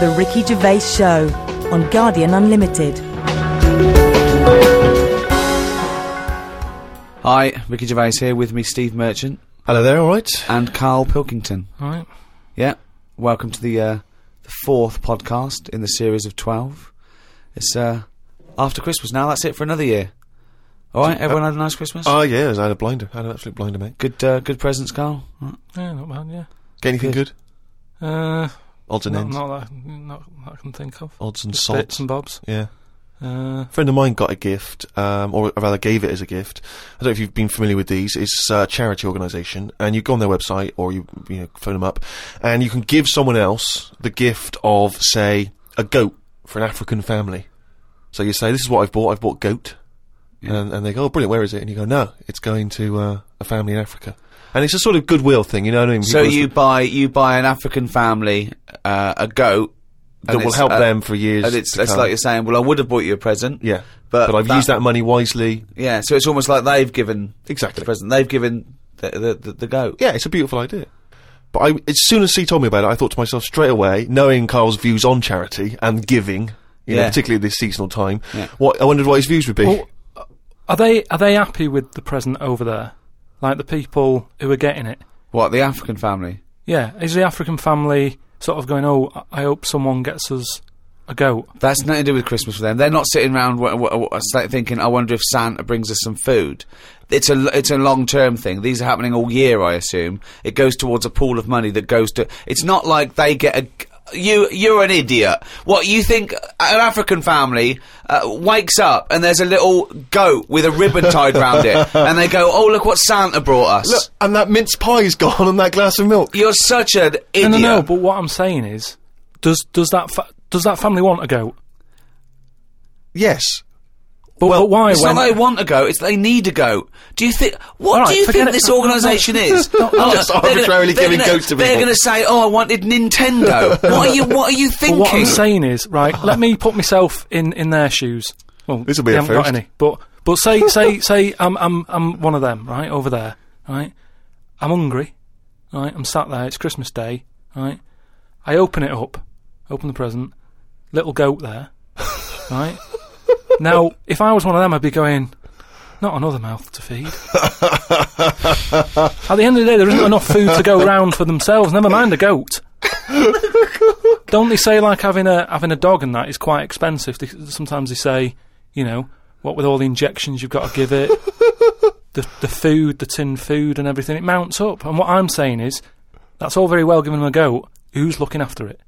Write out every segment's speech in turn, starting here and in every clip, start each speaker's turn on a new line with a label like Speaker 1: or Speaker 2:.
Speaker 1: The Ricky Gervais Show on Guardian Unlimited.
Speaker 2: Hi, Ricky Gervais here with me, Steve Merchant,
Speaker 3: Hello there, alright?
Speaker 2: and Carl Pilkington.
Speaker 3: Alright.
Speaker 2: Yeah, welcome to the uh, the fourth podcast in the series of twelve. It's uh, after Christmas now. That's it for another year. All right, everyone had a nice Christmas.
Speaker 3: Oh, yeah, I had a blinder. I had an absolute blinder, mate.
Speaker 2: good, uh, good presents, Carl. Right.
Speaker 4: Yeah, not bad, yeah.
Speaker 3: Get anything
Speaker 2: Good.
Speaker 3: good?
Speaker 4: Uh,
Speaker 3: Odds and
Speaker 4: not,
Speaker 3: ends.
Speaker 4: not that, not that I can think of.
Speaker 3: Odds and
Speaker 4: Just
Speaker 3: sods.
Speaker 4: bits and bobs.
Speaker 3: Yeah.
Speaker 4: Uh,
Speaker 3: A friend of mine got a gift, um, or rather gave it as a gift. I don't know if you've been familiar with these. It's uh, a charity organisation, and you go on their website or you, you know, phone them up, and you can give someone else the gift of, say, a goat for an African family. So you say, "This is what I've bought. I've bought goat,"
Speaker 2: Yeah.
Speaker 3: and, and they go, "Oh, brilliant! Where is it?" And you go, "No, it's going to uh, a family in Africa." And it's a sort of goodwill thing, you know what I mean?
Speaker 2: So
Speaker 3: People-
Speaker 2: you buy you buy an African family uh, a goat
Speaker 3: that
Speaker 2: and
Speaker 3: will
Speaker 2: it's,
Speaker 3: help
Speaker 2: uh,
Speaker 3: them for years.
Speaker 2: And it's
Speaker 3: to
Speaker 2: it's
Speaker 3: come.
Speaker 2: like you're saying. Well, I would have bought you a present.
Speaker 3: yeah,
Speaker 2: but
Speaker 3: but, I've
Speaker 2: that-
Speaker 3: used that money wisely.
Speaker 2: yeah. So it's almost like they've given the
Speaker 3: Exactly.
Speaker 2: present. They've given the the, the, the goat.
Speaker 3: Yeah, it's a beautiful idea. But I, as soon as C told me about it, I thought to myself straight away, knowing Carl's views on charity and giving, you
Speaker 2: Yeah.
Speaker 3: know, particularly at this seasonal time,
Speaker 2: Yeah.
Speaker 3: what I wondered what his views would be.
Speaker 4: well, oh, are they are they happy with the present over there? Like the people who are getting it?
Speaker 2: What the African family?
Speaker 4: Yeah, is the African family sort of going? Oh, I- I hope someone gets us a goat.
Speaker 2: That's nothing to do with Christmas for them. They're not sitting around w- w- w- thinking, "I wonder if Santa brings us some food." It's a l- it's a long term thing. These are happening all year, I assume. It goes towards a pool of money that goes to. It's not like they get a. You you're an idiot. What you think an African family uh, wakes up and there's a little goat with a ribbon tied round it, and they go, "Oh look what Santa brought us."
Speaker 3: Look, and that mince pie's gone, and that glass of milk.
Speaker 2: You're such an idiot.
Speaker 4: No, no, no. But what I'm saying is, does does that fa- does that family want a goat?
Speaker 3: Yes,
Speaker 4: But,
Speaker 3: Well,
Speaker 4: but why?
Speaker 2: It's
Speaker 4: when
Speaker 2: not they want a goat; it's they need a goat. Do you think? What
Speaker 4: All right,
Speaker 2: do you
Speaker 4: forget
Speaker 2: think
Speaker 4: it.
Speaker 2: this
Speaker 4: No, no,
Speaker 2: organisation is? Oh,
Speaker 3: Just
Speaker 2: they're gonna-
Speaker 3: arbitrarily
Speaker 2: they're
Speaker 3: giving
Speaker 2: gonna-
Speaker 3: goats to
Speaker 2: They're
Speaker 3: people.
Speaker 2: going to say, "Oh, I wanted Nintendo." what are you? What are you
Speaker 4: But
Speaker 2: thinking?
Speaker 4: what I'm saying is, right, let me put myself in, in their shoes. Well,
Speaker 3: This'll be
Speaker 4: they
Speaker 3: a
Speaker 4: haven't
Speaker 3: first.
Speaker 4: got any. But but say say say I'm I'm I'm one of them, right, over there, right? I'm hungry, right? I'm sat there, it's Christmas Day, right? I open it up, open the present, little goat there. Right? now, if I was one of them I'd be going not another mouth to feed. At the end of the day, there isn't enough food to go round for themselves. Never mind a goat. Don't they say like having a having a dog and that is quite expensive? They, sometimes they say, you know, what with all the injections you've got to give it, the the food, the tin food and everything, it mounts up. And what I'm saying is, that's all very well giving them a goat. Who's looking after it?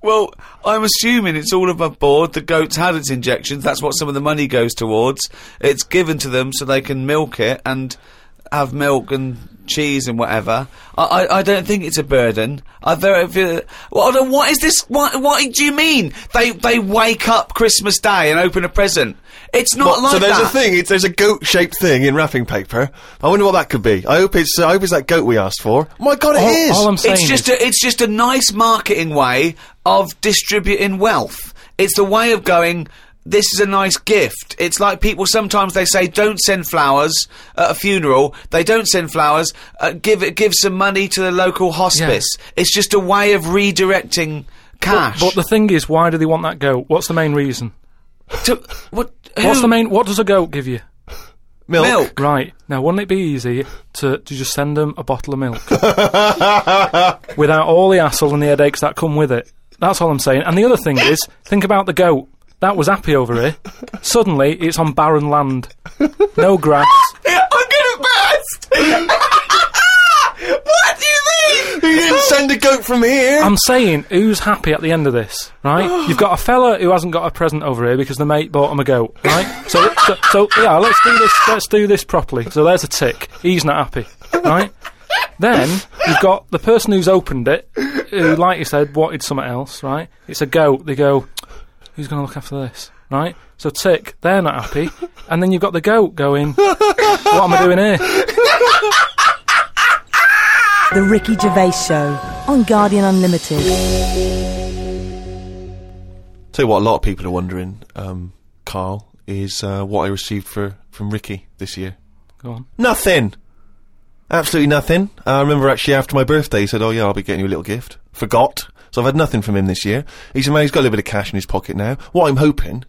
Speaker 2: Well, I'm assuming it's all above board. The goat's had its injections. That's what some of the money goes towards. It's given to them so they can milk it and have milk and cheese and whatever. I, I, I don't think it's a burden. I very feel. Well, I don't- what is this? What What do you mean? They They wake up Christmas Day and open a present. It's not
Speaker 3: But-
Speaker 2: like
Speaker 3: so there's
Speaker 2: that.
Speaker 3: a thing. It's, there's a goat-shaped thing in wrapping paper. I wonder what that could be. I hope it's. Uh, I hope it's that goat we asked for. My God, it
Speaker 4: All-
Speaker 3: is.
Speaker 4: all I'm saying
Speaker 2: It's just
Speaker 4: is,
Speaker 2: a, it's just a nice marketing way of distributing wealth. It's the way of going. This is a nice gift. It's like people sometimes they say, "Don't send flowers at a funeral." They don't send flowers. Uh, give it, give some money to the local hospice. It's just a way of redirecting cash.
Speaker 4: but the thing is, why do they want that goat? What's the main reason?
Speaker 2: To- what?
Speaker 4: What's
Speaker 2: who-
Speaker 4: the main? What does a goat give you?
Speaker 3: milk.
Speaker 2: milk?
Speaker 4: Right. Now, wouldn't it be easy to, to just send them a bottle of milk? Without all the hassle and the headaches that come with it. That's all I'm saying. And the other thing is, think about the goat. That was happy over here. Suddenly, it's on barren land. No grass.
Speaker 2: I'm gonna burst. what do you mean?
Speaker 3: You didn't send a goat from here.
Speaker 4: I'm saying, who's happy at the end of this, right? You've got a fella who hasn't got a present over here because the mate bought him a goat, right? So, so, so yeah, let's do this. Let's do this properly. So there's a tick. He's not happy, right? Then you've got the person who's opened it, who, like you said, wanted something else, right? It's a goat. They go, who's going to look after this, right? So tick, they're not happy, and then you've got the goat going, what am I doing here?
Speaker 1: The Ricky Gervais Show on Guardian Unlimited.
Speaker 3: Tell you what, a lot of people are wondering, um, Carl, is uh, what I received for from Ricky this year.
Speaker 4: Go on.
Speaker 3: Nothing. Absolutely nothing. I remember actually after my birthday, he said, "Oh yeah, I'll be getting you a little gift." Forgot. So I've had nothing from him this year. He's a man, he's got a little bit of cash in his pocket now. What I'm hoping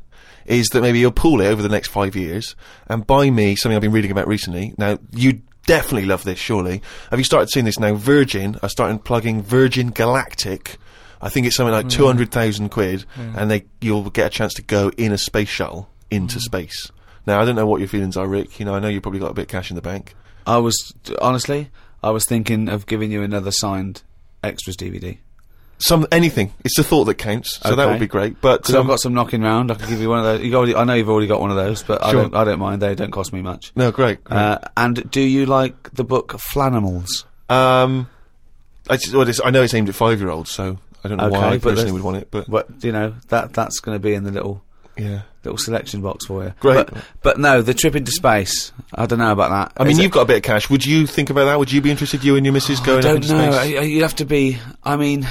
Speaker 3: is that maybe he'll pool it over the next five years and buy me something I've been reading about recently. Now, you definitely love this, surely. Have you started seeing this now? Virgin are starting plugging Virgin Galactic. I think it's something like 200,000 quid, and they you'll get a chance to go in a space shuttle into space. Now, I don't know what your feelings are, Rick. You know, I know you've probably got a bit of cash in the bank.
Speaker 2: I was honestly, I was thinking of giving you another signed extras DVD.
Speaker 3: Some anything. It's the thought that counts. So that
Speaker 2: Okay.
Speaker 3: would be great. But
Speaker 2: Because
Speaker 3: um,
Speaker 2: I've got some knocking round. I could give you one of those. You already, I know you've already got one of those, but I
Speaker 3: Sure.
Speaker 2: don't. I don't mind. They don't cost me much.
Speaker 3: no, great. great.
Speaker 2: Uh, and do you like the book Flannimals?
Speaker 3: um, I, just, well, it's, I know it's aimed at five-year-olds, so I don't know
Speaker 2: Okay,
Speaker 3: why I
Speaker 2: but
Speaker 3: personally
Speaker 2: there's-
Speaker 3: would want it. But
Speaker 2: But you know that that's going to be in the little
Speaker 3: yeah,
Speaker 2: little selection box for you.
Speaker 3: Great.
Speaker 2: But, but no, the trip into space. I don't know about that.
Speaker 3: I mean,
Speaker 2: Is
Speaker 3: you've got a bit of cash. Would you think about that? Would you be interested? You and your missus going
Speaker 2: I
Speaker 3: up
Speaker 2: don't
Speaker 3: into
Speaker 2: know.
Speaker 3: space?
Speaker 2: I- I- You'd have to be. I mean,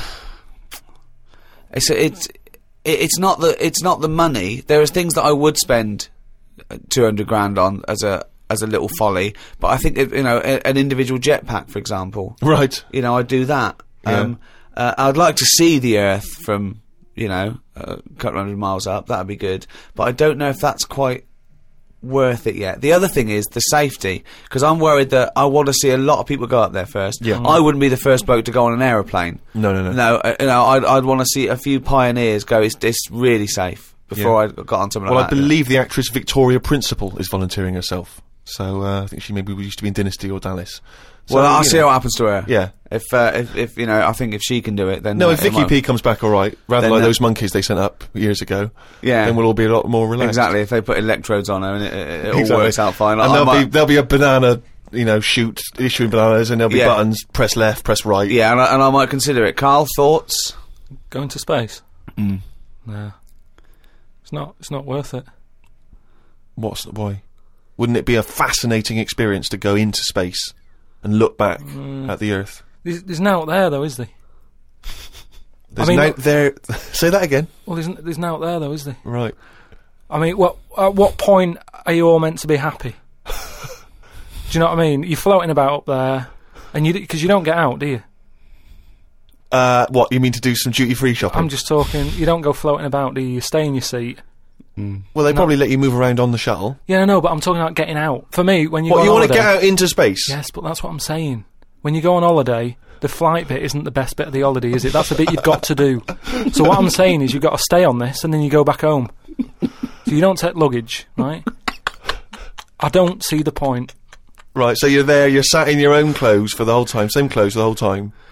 Speaker 2: it's it's it- it's not the it's not the money. There is things that I would spend uh, two hundred grand on as a as a little folly, but I think if, you know a, an individual jetpack, for example.
Speaker 3: right.
Speaker 2: You know, I would do that. Um, uh, I'd like to see the Earth from you know a couple hundred miles up. That'd be good, but I don't know if that's quite worth it yet. The other thing is the safety, because I'm worried that I want to see a lot of people go up there first.
Speaker 3: Yeah.
Speaker 2: I wouldn't be the first bloke to go on an aeroplane.
Speaker 3: No, no, no.
Speaker 2: No, uh, you know, I'd, I'd want to see a few pioneers go. It's, it's really safe before I got on something
Speaker 3: Well, I
Speaker 2: like that.
Speaker 3: believe the actress Victoria Principal is volunteering herself. So uh, I think she maybe used to be in Dynasty or Dallas. So,
Speaker 2: well, I'll
Speaker 3: you
Speaker 2: see
Speaker 3: know.
Speaker 2: what happens to her.
Speaker 3: Yeah.
Speaker 2: If, uh, if if you know, I think if she can do it, then
Speaker 3: No,
Speaker 2: uh,
Speaker 3: if
Speaker 2: it
Speaker 3: Vicky
Speaker 2: might-
Speaker 3: P comes back all right, rather
Speaker 2: Then
Speaker 3: like
Speaker 2: that-
Speaker 3: those monkeys they sent up years ago,
Speaker 2: Yeah.
Speaker 3: then we'll all be a lot more relaxed.
Speaker 2: Exactly. If they put electrodes on her and it, it, it all
Speaker 3: Exactly.
Speaker 2: works out fine.
Speaker 3: And
Speaker 2: I
Speaker 3: there'll
Speaker 2: might-
Speaker 3: be there'll be a banana, you know, shoot issuing bananas, and there'll be
Speaker 2: Yeah.
Speaker 3: buttons. Press left, press right.
Speaker 2: yeah, and I, and I might consider it. Carl, thoughts?
Speaker 4: Going to space? Nah. It's not. It's not worth it.
Speaker 3: What's the why? Wouldn't it be a fascinating experience to go into space and look back
Speaker 4: Mm.
Speaker 3: at the Earth?
Speaker 4: There's, there's no out there though, is there?
Speaker 3: There's
Speaker 4: mean-
Speaker 3: no there. say that again.
Speaker 4: Well, there's, n- there's no out there though, is there?
Speaker 3: Right.
Speaker 4: I mean, what at what point are you all meant to be happy? do you know what I mean? You're floating about up there, and you because you don't get out, do you?
Speaker 3: Uh, what you mean to do some duty free shopping?
Speaker 4: I'm just talking. You don't go floating about, do you? You stay in your seat.
Speaker 3: well, they probably let you move around on the shuttle.
Speaker 4: Yeah, I know, but I'm talking about getting out. For me, when you
Speaker 3: What
Speaker 4: go
Speaker 3: you
Speaker 4: on
Speaker 3: want to
Speaker 4: holiday,
Speaker 3: get out into space?
Speaker 4: Yes, but that's what I'm saying. When you go on holiday, the flight bit isn't the best bit of the holiday, is it? That's the bit you've got to do. So what I'm saying is you've got to stay on this and then you go back home. So you don't take luggage, right? I don't see the point.
Speaker 3: Right. So you're there. You're sat in your own clothes for the whole time. Same clothes the whole time.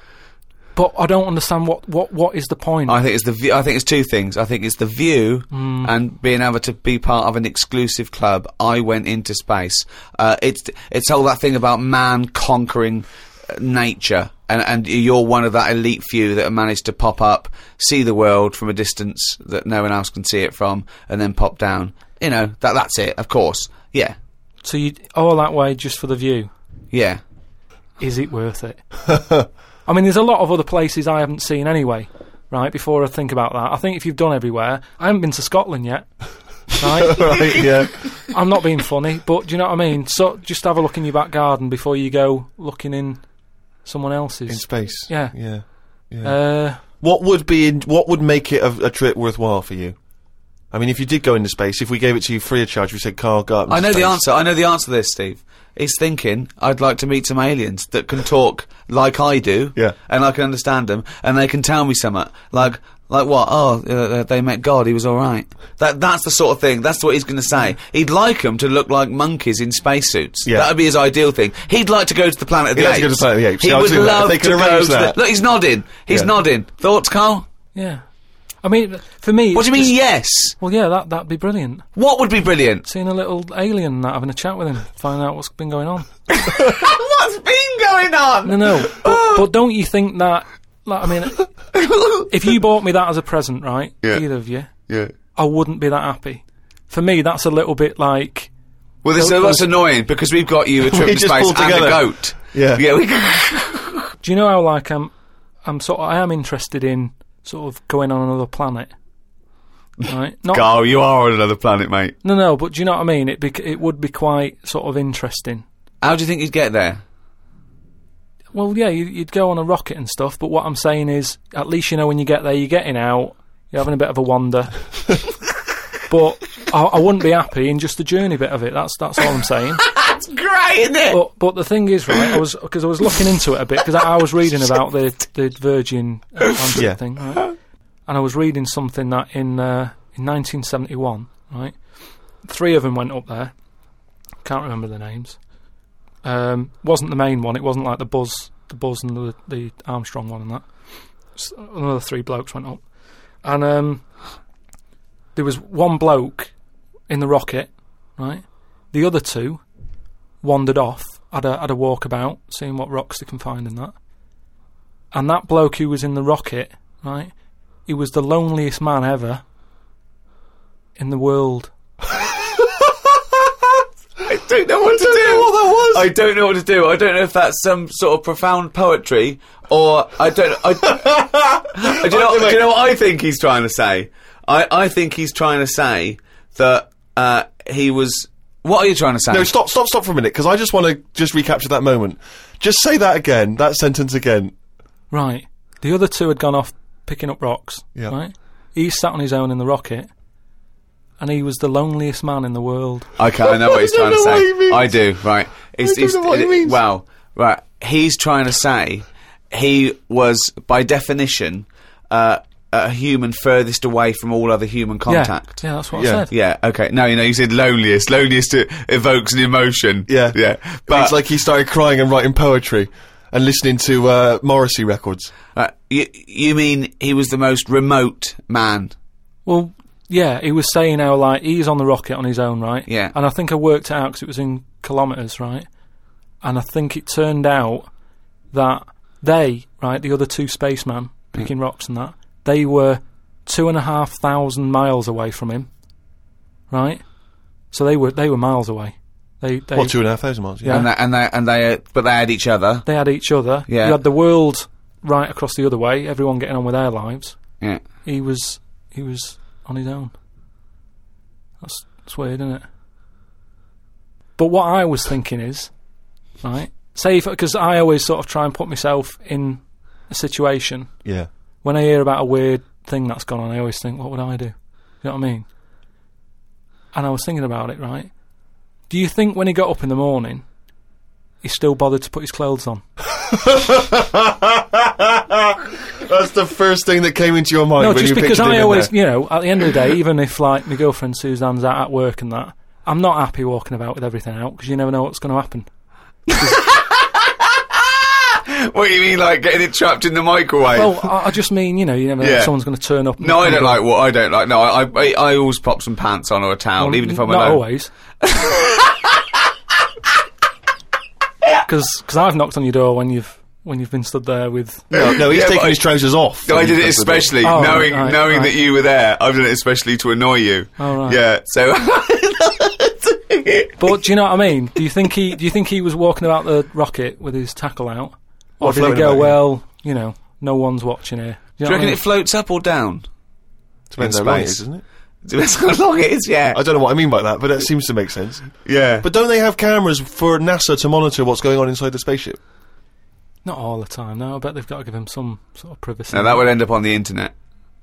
Speaker 4: But I don't understand what, what, what is the point.
Speaker 2: I think it's the view. I think it's two things. I think it's the view
Speaker 3: Hmm.
Speaker 2: and being able to be part of an exclusive club. I went into space. Uh, it's it's all that thing about man conquering uh, nature, and and you're one of that elite few that have managed to pop up, see the world from a distance that no one else can see it from, and then pop down. You know that that's it. Of course, yeah,
Speaker 4: so you all that way just for the view.
Speaker 2: yeah.
Speaker 4: Is it worth it? I mean, there's a lot of other places I haven't seen anyway. Right before I think about that, I think if you've done everywhere, I haven't been to Scotland yet. Right,
Speaker 3: right. Yeah.
Speaker 4: I'm not being funny, but do you know what I mean? So just have a look in your back garden before you go looking in someone
Speaker 3: In
Speaker 4: else's.
Speaker 3: space.
Speaker 4: Yeah.
Speaker 3: Yeah. Yeah.
Speaker 4: Uh,
Speaker 3: What would be in, what would make it a, a trip worthwhile for you? I mean, if you did go into space, if we gave it to you free of charge, we said, "Carl, go up."
Speaker 2: I know
Speaker 3: into
Speaker 2: the
Speaker 3: space."
Speaker 2: answer. I know the answer to this, Steve. He's thinking, I'd like to meet some aliens that can talk like I do,
Speaker 3: Yeah.
Speaker 2: and I can understand them, and they can tell me something. Like, like what? Oh, uh, they met God. He was all right. That that's the sort of thing. That's what he's going to say. He'd like them to look like monkeys in spacesuits.
Speaker 3: Yeah.
Speaker 2: That would be his ideal thing. He'd like to go to the planet of the
Speaker 3: He'd
Speaker 2: apes.
Speaker 3: like to go to the planet of the apes.
Speaker 2: He
Speaker 3: Yeah, I was
Speaker 2: would
Speaker 3: thinking that.
Speaker 2: love
Speaker 3: They
Speaker 2: to
Speaker 3: could
Speaker 2: go
Speaker 3: arrange
Speaker 2: to the,
Speaker 3: that.
Speaker 2: Look, he's nodding. He's
Speaker 3: Yeah.
Speaker 2: nodding. Thoughts, Carl?
Speaker 4: yeah. I mean, for me.
Speaker 2: What do you
Speaker 4: it's
Speaker 2: mean?
Speaker 4: just-
Speaker 2: Yes.
Speaker 4: Well, yeah, that that'd be brilliant.
Speaker 2: What would be brilliant?
Speaker 4: Seeing a little alien and that, having a chat with him, find out what's been going on.
Speaker 2: What's been going on?
Speaker 4: No, no. But, but don't you think that? Like, I mean, if you bought me that as a present, right?
Speaker 3: Yeah.
Speaker 4: Either of you,
Speaker 3: Yeah.
Speaker 4: I wouldn't be that happy. For me, that's a little bit like.
Speaker 2: Well, this,
Speaker 4: Don't-
Speaker 2: that's annoying because we've got you a trip
Speaker 3: We
Speaker 2: to
Speaker 3: just
Speaker 2: space
Speaker 3: pulled
Speaker 2: and a
Speaker 3: together.
Speaker 2: goat.
Speaker 3: Yeah.
Speaker 2: yeah. We,
Speaker 4: Do you know how like I'm? I'm sort. Of, I am interested in sort of going on another planet. Right? Not
Speaker 2: Carl, Oh, you are on another planet, mate.
Speaker 4: no, no. But do you know what I mean? It bec it would be quite sort of interesting.
Speaker 2: How do you think you'd get there?
Speaker 4: Well, yeah, you, you'd go on a rocket and stuff, but what I'm saying is, at least you know when you get there, you're getting out, you're having a bit of a wander. but I, I wouldn't be happy in just the journey bit of it. That's that's all I'm saying.
Speaker 2: That's great, isn't it?
Speaker 4: But but the thing is, right? I was because I was looking into it a bit because I, I was reading about the the Virgin Atlantic
Speaker 3: Yeah.
Speaker 4: thing, right? And I was reading something that in uh, in 1971, right? Three of them went up there. Can't remember the names. Um, wasn't the main one. It wasn't like the Buzz, the Buzz and the, the Armstrong one and that. S another three blokes went up, and um, there was one bloke in the rocket, right? The other two wandered off, had a had a walk about, seeing what rocks they can find and that. And that bloke who was in the rocket, right? He was the loneliest man ever in the world.
Speaker 2: I don't know what to do. What that was? I don't know what to do. I don't know if that's some sort of profound poetry or I don't. I, do, you know, do you know what I think he's trying to say? I, I think he's trying to say that uh, he was. What are you trying to say?
Speaker 3: No, stop, stop, stop for a minute, because I just want to just recapture that moment. Just say that again, that sentence again.
Speaker 4: Right. The other two had gone off picking up rocks.
Speaker 3: Yeah.
Speaker 4: Right. He sat on his own in the rocket, and he was the loneliest man in the world.
Speaker 2: Okay, I know what he's
Speaker 3: I
Speaker 2: trying
Speaker 3: don't
Speaker 2: to
Speaker 3: know what
Speaker 2: say.
Speaker 3: he means.
Speaker 2: I do, right. He's,
Speaker 3: don't know what he
Speaker 2: it-
Speaker 3: means.
Speaker 2: Wow, right. He's trying to say he was, by definition, uh, a human furthest away from all other human contact.
Speaker 4: Yeah. Yeah, that's what
Speaker 3: Yeah.
Speaker 4: I said.
Speaker 2: Yeah, okay. Now you know you said loneliest. Loneliest uh, evokes an emotion.
Speaker 3: Yeah.
Speaker 2: yeah.
Speaker 3: it's
Speaker 2: But like
Speaker 3: like he started crying and writing poetry and listening to uh, Morrissey records.
Speaker 2: uh, you, you mean he was the most remote man?
Speaker 4: Well, yeah, he was saying how like he's on the rocket on his own, right?
Speaker 2: Yeah.
Speaker 4: And I think I worked it out because it was in kilometers, right? And I think it turned out that they, right, the other two spacemen picking rocks and that, they were two and a half thousand miles away from him, right? So they were they were miles away. They they
Speaker 3: What, two and a half thousand miles?
Speaker 4: Yeah.
Speaker 2: And they, and they and they uh, but they had each other.
Speaker 4: they had each other.
Speaker 2: Yeah.
Speaker 4: You had the world right across the other way. Everyone getting on with their lives.
Speaker 2: Yeah.
Speaker 4: He was he was on his own. That's that's weird, isn't it? But what I was thinking is, right? Say because I always sort of try and put myself in a situation.
Speaker 3: Yeah.
Speaker 4: When I hear about a weird thing that's gone on, I always think, what would I do? You know what I mean? And I was thinking about it, right? Do you think when he got up in the morning, he still bothered to put his clothes on?
Speaker 3: That's the first thing that came into your mind
Speaker 4: No,
Speaker 3: when
Speaker 4: just
Speaker 3: you
Speaker 4: because
Speaker 3: pictured him
Speaker 4: I
Speaker 3: in
Speaker 4: always,
Speaker 3: there.
Speaker 4: you know, at the end of the day, even if like my girlfriend Suzanne's out at work and that, I'm not happy walking about with everything out because you never know what's going to happen.
Speaker 2: What do you mean, like getting it trapped in the microwave?
Speaker 4: Well, I, I just mean, you know, you never know
Speaker 2: Yeah.
Speaker 4: if someone's going to turn up. and-
Speaker 2: no, I don't like what I don't like. No, I I, I always pop some pants on or a towel,
Speaker 4: Well,
Speaker 2: even if I'm
Speaker 4: not
Speaker 2: alone.
Speaker 4: always. Because I've knocked on your door when you've when you've been stood there with.
Speaker 3: No, no, he's
Speaker 2: Yeah, but
Speaker 3: taking
Speaker 2: I-
Speaker 3: his trousers off.
Speaker 2: No, I did it
Speaker 3: That's the bit.
Speaker 2: especially
Speaker 4: Oh,
Speaker 2: knowing
Speaker 4: right,
Speaker 2: knowing
Speaker 4: right.
Speaker 2: that you were there. I've done it especially to annoy you.
Speaker 4: Oh, right.
Speaker 2: Yeah, so
Speaker 4: But do you know what I mean? Do you think he do you think he was walking about the rocket with his tackle out, or
Speaker 3: Or
Speaker 4: did he
Speaker 3: floating
Speaker 4: go?
Speaker 3: about, yeah.
Speaker 4: Well, you know, no one's watching here. Do
Speaker 2: do you
Speaker 4: you know what I
Speaker 2: reckon
Speaker 4: mean?
Speaker 2: it floats up or down?
Speaker 3: Depends
Speaker 2: in
Speaker 3: how long it
Speaker 2: space.
Speaker 3: is, isn't it?
Speaker 2: Depends how long it is. Yeah,
Speaker 3: I don't know what I mean by that, but that seems to make sense.
Speaker 2: yeah.
Speaker 3: But don't they have cameras for NASA to monitor what's going on inside the spaceship?
Speaker 4: Not all the time. No, I bet they've got to give him some sort of privacy.
Speaker 2: Now that would end up on the internet,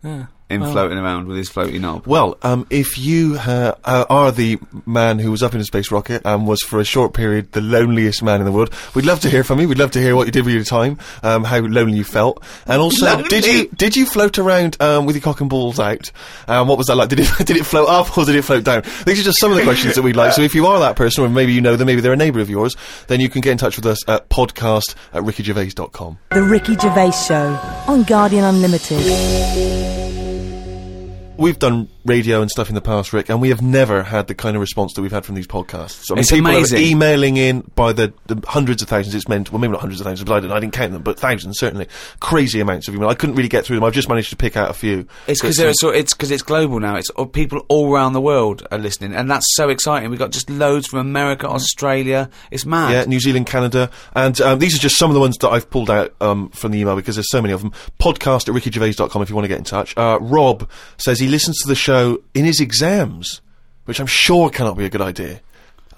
Speaker 4: Yeah.
Speaker 2: in
Speaker 4: Well.
Speaker 2: floating around with his floaty knob.
Speaker 3: Well, um, if you uh, uh, are the man who was up in a space rocket and was for a short period the loneliest man in the world, we'd love to hear from you. We'd love to hear what you did with your time, um, how lonely you felt, and also
Speaker 2: Lonely.
Speaker 3: did you did you float around um, with your cock and balls out? Um, what was that like? Did it did it float up or did it float down? These are just some of the questions that we'd like. So if you are that person, or maybe you know them, maybe they're a neighbour of yours, then you can get in touch with us at podcast at rickygervais.com.
Speaker 1: The Ricky Gervais Show on Guardian Unlimited.
Speaker 3: We've done radio and stuff in the past, Rick, and we have never had the kind of response that we've had from these podcasts. I mean,
Speaker 2: It's
Speaker 3: people are
Speaker 2: amazing.
Speaker 3: emailing in by the, the hundreds of thousands. It's meant, well, maybe not hundreds of thousands, but I didn't, I didn't count them, but thousands certainly. Crazy amounts of email. I couldn't really get through them. I've just managed to pick out a few.
Speaker 2: It's because
Speaker 3: But-
Speaker 2: so it's because it's global now. It's all, people all around the world are listening, and that's so exciting. We have got just loads from America, Australia. It's mad.
Speaker 3: Yeah, New Zealand, Canada. And um, these are just some of the ones that I've pulled out um, from the email because there's so many of them. Podcast at rickygervais.com if you want to get in touch. Uh, Rob says he listens to the show in his exams, which I'm sure cannot be a good idea.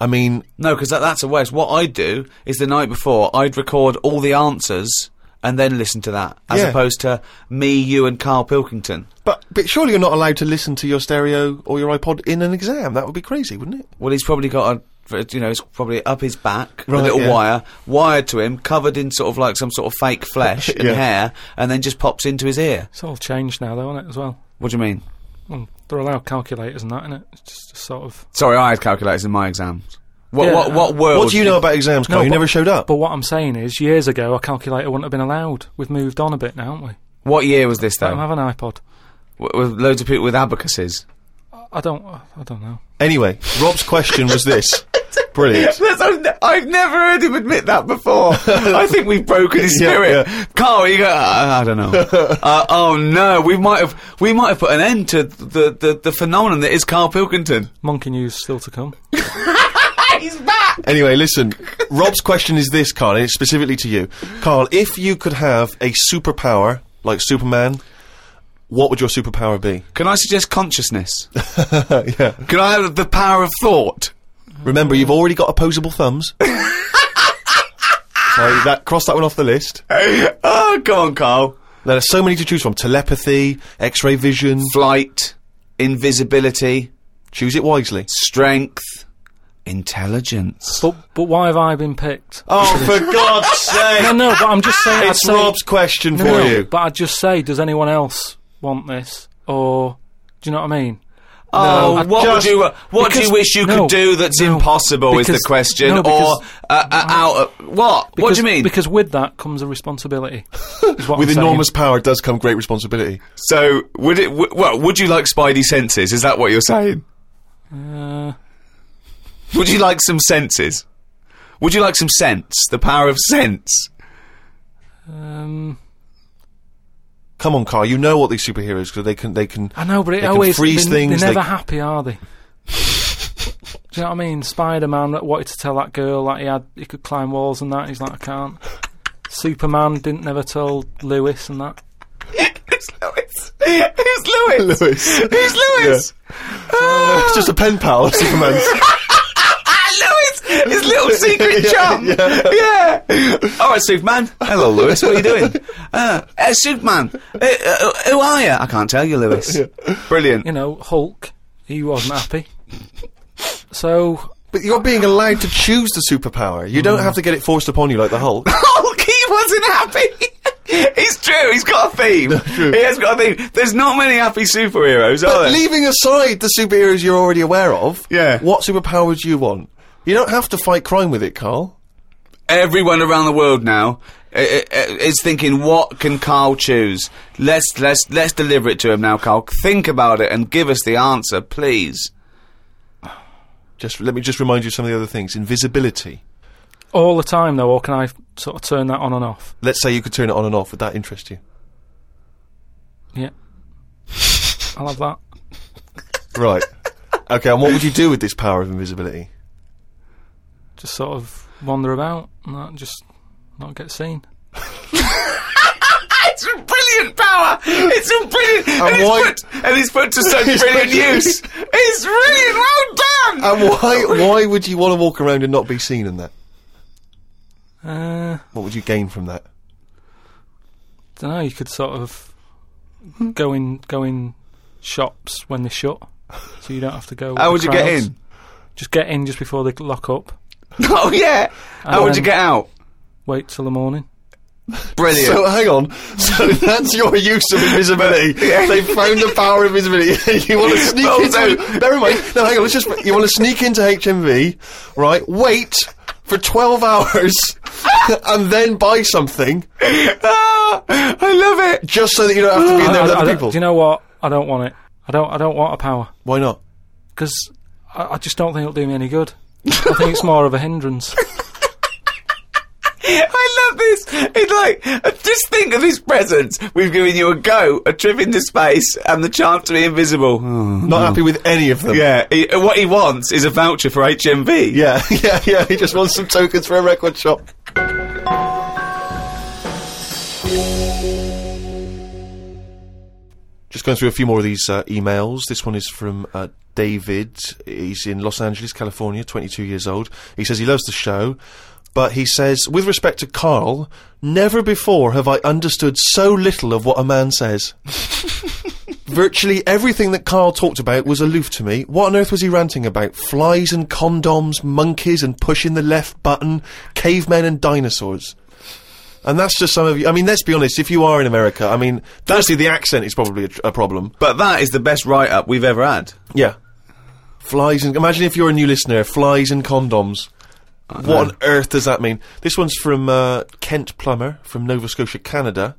Speaker 3: I mean,
Speaker 2: No, because that, that's a waste. What I'd do is the night before, I'd record all the answers and then listen to that, as
Speaker 3: Yeah.
Speaker 2: opposed to me, you, and Carl Pilkington.
Speaker 3: but but surely you're not allowed to listen to your stereo or your iPod in an exam. That would be crazy, wouldn't it?
Speaker 2: Well, he's probably got a, you know, it's probably up his back, a
Speaker 3: Right,
Speaker 2: little
Speaker 3: yeah.
Speaker 2: wire wired to him, covered in sort of like some sort of fake flesh and
Speaker 3: Yeah.
Speaker 2: hair, and then just pops into his ear.
Speaker 4: It's all changed now, though, isn't it? As well,
Speaker 2: What do you mean?
Speaker 4: well they're allowed calculators and that, isn't it? It's just, just sort of.
Speaker 2: Sorry, I had calculators in my exams. What
Speaker 4: Yeah.
Speaker 2: what what world?
Speaker 3: What do you know about exams, Carl?
Speaker 4: No,
Speaker 3: you
Speaker 4: but-
Speaker 3: never showed up.
Speaker 4: But what I'm saying is, years ago, a calculator wouldn't have been allowed. We've moved on a bit now, haven't we?
Speaker 2: What year was this
Speaker 4: I don't
Speaker 2: though?
Speaker 4: have an iPod.
Speaker 2: W- with loads of people with abacuses.
Speaker 4: I- I don't. I don't know.
Speaker 3: Anyway, Rob's question was this. Brilliant.
Speaker 2: That's- I've ne- I've never heard him admit that before. I think we've broken his
Speaker 3: Yeah,
Speaker 2: spirit. Carl, you go. I, I don't know. uh, oh no, we might have we might have put an end to the the, the phenomenon that is Carl Pilkington.
Speaker 4: Monkey news still to come.
Speaker 2: He's back.
Speaker 3: Anyway, listen. Rob's question is this, Carl, and it's specifically to you. Carl, if you could have a superpower like Superman, what would your superpower be?
Speaker 2: Can I suggest consciousness?
Speaker 3: yeah.
Speaker 2: Can I have the power of thought?
Speaker 3: Remember, you've already got opposable thumbs. so that cross that one off the list.
Speaker 2: oh, go on, Carl.
Speaker 3: There are so many to choose from: telepathy, X-ray vision.
Speaker 2: Flight, invisibility,
Speaker 3: Choose it wisely.
Speaker 2: strength, intelligence.
Speaker 4: But but why have I been picked?
Speaker 3: Oh, for God's sake!
Speaker 4: No, no. But I'm just saying.
Speaker 3: It's
Speaker 4: I'd say,
Speaker 3: Rob's question
Speaker 4: no,
Speaker 3: for
Speaker 4: no,
Speaker 3: you.
Speaker 4: But I'd just say, does anyone else want this? Or do you know what I mean?
Speaker 2: Oh,
Speaker 4: No,
Speaker 2: what
Speaker 3: just-
Speaker 2: would you what do
Speaker 4: because-
Speaker 2: you wish you
Speaker 4: no,
Speaker 2: could do that's
Speaker 4: no,
Speaker 2: impossible is
Speaker 4: because-
Speaker 2: the question,
Speaker 4: no, because-
Speaker 2: or uh, uh, out of, what? what
Speaker 4: Because-
Speaker 2: do you mean?
Speaker 4: Because with that comes a responsibility. is what
Speaker 3: With
Speaker 4: I'm saying.
Speaker 3: enormous power does come great responsibility.
Speaker 2: so would it? W- well, would you like Spidey senses? Is that what you're saying?
Speaker 4: Uh,
Speaker 2: Would you like some senses? Would you like some sense? The power of sense.
Speaker 4: um,
Speaker 3: Come on, Carl. You know what these superheroes because they can they can
Speaker 4: I know, but it
Speaker 3: They can
Speaker 4: always
Speaker 3: freeze
Speaker 4: they,
Speaker 3: things,
Speaker 4: They're never
Speaker 3: they-
Speaker 4: happy, are they? Do you know what I mean? Spider Man wanted to tell that girl that he had he could climb walls and that. He's like, I can't. Superman didn't never tell Lewis and that.
Speaker 2: Who's Lewis? Who's Lewis?
Speaker 3: Lewis.
Speaker 2: Who's Lewis?
Speaker 3: it's just a pen pal of Superman's.
Speaker 2: Ah, Lewis! His little secret chum! Yeah! Alright, Superman. Hello, Lewis. What are you doing? Uh, uh, Superman. Uh, uh, who are you? I can't tell you, Lewis. Brilliant.
Speaker 4: You know, Hulk. He wasn't happy. So
Speaker 3: but you're being allowed to choose the superpower. You don't have to get it forced upon you like the Hulk.
Speaker 2: Hulk, Oh, he wasn't happy! He's true, he's got a theme. He has got a theme. There's not many happy superheroes, are
Speaker 3: But
Speaker 2: there?
Speaker 3: leaving aside the superheroes you're already aware of,
Speaker 2: Yeah.
Speaker 3: what superpower would you want? You don't have to fight crime with it, Carl.
Speaker 2: Everyone around the world now uh, uh, uh, is thinking, what can Carl choose? Let's, let's, let's deliver it to him now, Carl. Think about it and give us the answer, please.
Speaker 3: Just let me just remind you of some of the other things. Invisibility.
Speaker 4: all the time though, or can I f- sort of turn that on and off?
Speaker 3: Let's say you could turn it on and off. Would that interest you?
Speaker 4: Yeah. I'll have that.
Speaker 3: Right. okay. And what would you do with this power of invisibility?
Speaker 4: Just sort of wander about and that, just not get seen.
Speaker 2: It's a brilliant power. It's a brilliant, and,
Speaker 3: And
Speaker 2: he's
Speaker 3: why-
Speaker 2: put and he's put to such
Speaker 3: He's
Speaker 2: brilliant
Speaker 3: put-
Speaker 2: use. It's brilliant. Well done.
Speaker 3: And why why would you want to walk around and not be seen in that?
Speaker 4: Uh,
Speaker 3: What would you gain from that?
Speaker 4: don't know. You could sort of go in go in shops when they shut, so you don't have to go. with
Speaker 2: How
Speaker 4: the
Speaker 2: would you get
Speaker 4: crowds.
Speaker 2: in?
Speaker 4: Just get in just before they lock up.
Speaker 2: Oh yeah. How would you
Speaker 4: Um,
Speaker 2: get out?
Speaker 4: Wait till the morning.
Speaker 2: Brilliant.
Speaker 3: So Oh, hang on. So that's your use of invisibility. They found the power of invisibility. you want to sneak
Speaker 2: Well,
Speaker 3: into.
Speaker 2: no.
Speaker 3: Bear in mind. No, hang on. Let's just. You want to sneak into HMV, right? Wait for twelve hours, and then buy something
Speaker 2: ah, I love it.
Speaker 3: just so that you don't have to be in there
Speaker 4: I-
Speaker 3: with
Speaker 4: I- I
Speaker 3: other
Speaker 4: don't-
Speaker 3: people.
Speaker 4: Uh, Do you know what? I don't want it. I don't. I don't want a power
Speaker 3: Why not?
Speaker 4: because I, I just don't think it'll do me any good. I think it's more of a hindrance.
Speaker 2: I love this. It's like uh, just think of his presence. We've given you a go, a trip into space, and the chance to be invisible.
Speaker 3: Not happy with any of them.
Speaker 2: Yeah. He, uh, what he wants is a voucher for HMV.
Speaker 3: Yeah, yeah, yeah. He just wants some tokens for a record shop. Just going through a few more of these uh, emails. This one is from uh, David. He's in Los Angeles, California, 22 years old. He says he loves the show, but he says, with respect to Carl, never before have I understood so little of what a man says. Virtually everything that Carl talked about was aloof to me. What on earth was he ranting about? Flies and condoms, monkeys and pushing the left button, cavemen and dinosaurs. And that's just some of you. I mean, let's be honest. If you are in America, I mean, actually, the accent is probably a, tr- a problem.
Speaker 2: But that is the best write up we've ever had.
Speaker 3: Yeah. Flies and imagine if you're a new listener, flies and condoms. What on earth does that mean? This one's from uh, Kent Plummer from Nova Scotia, Canada.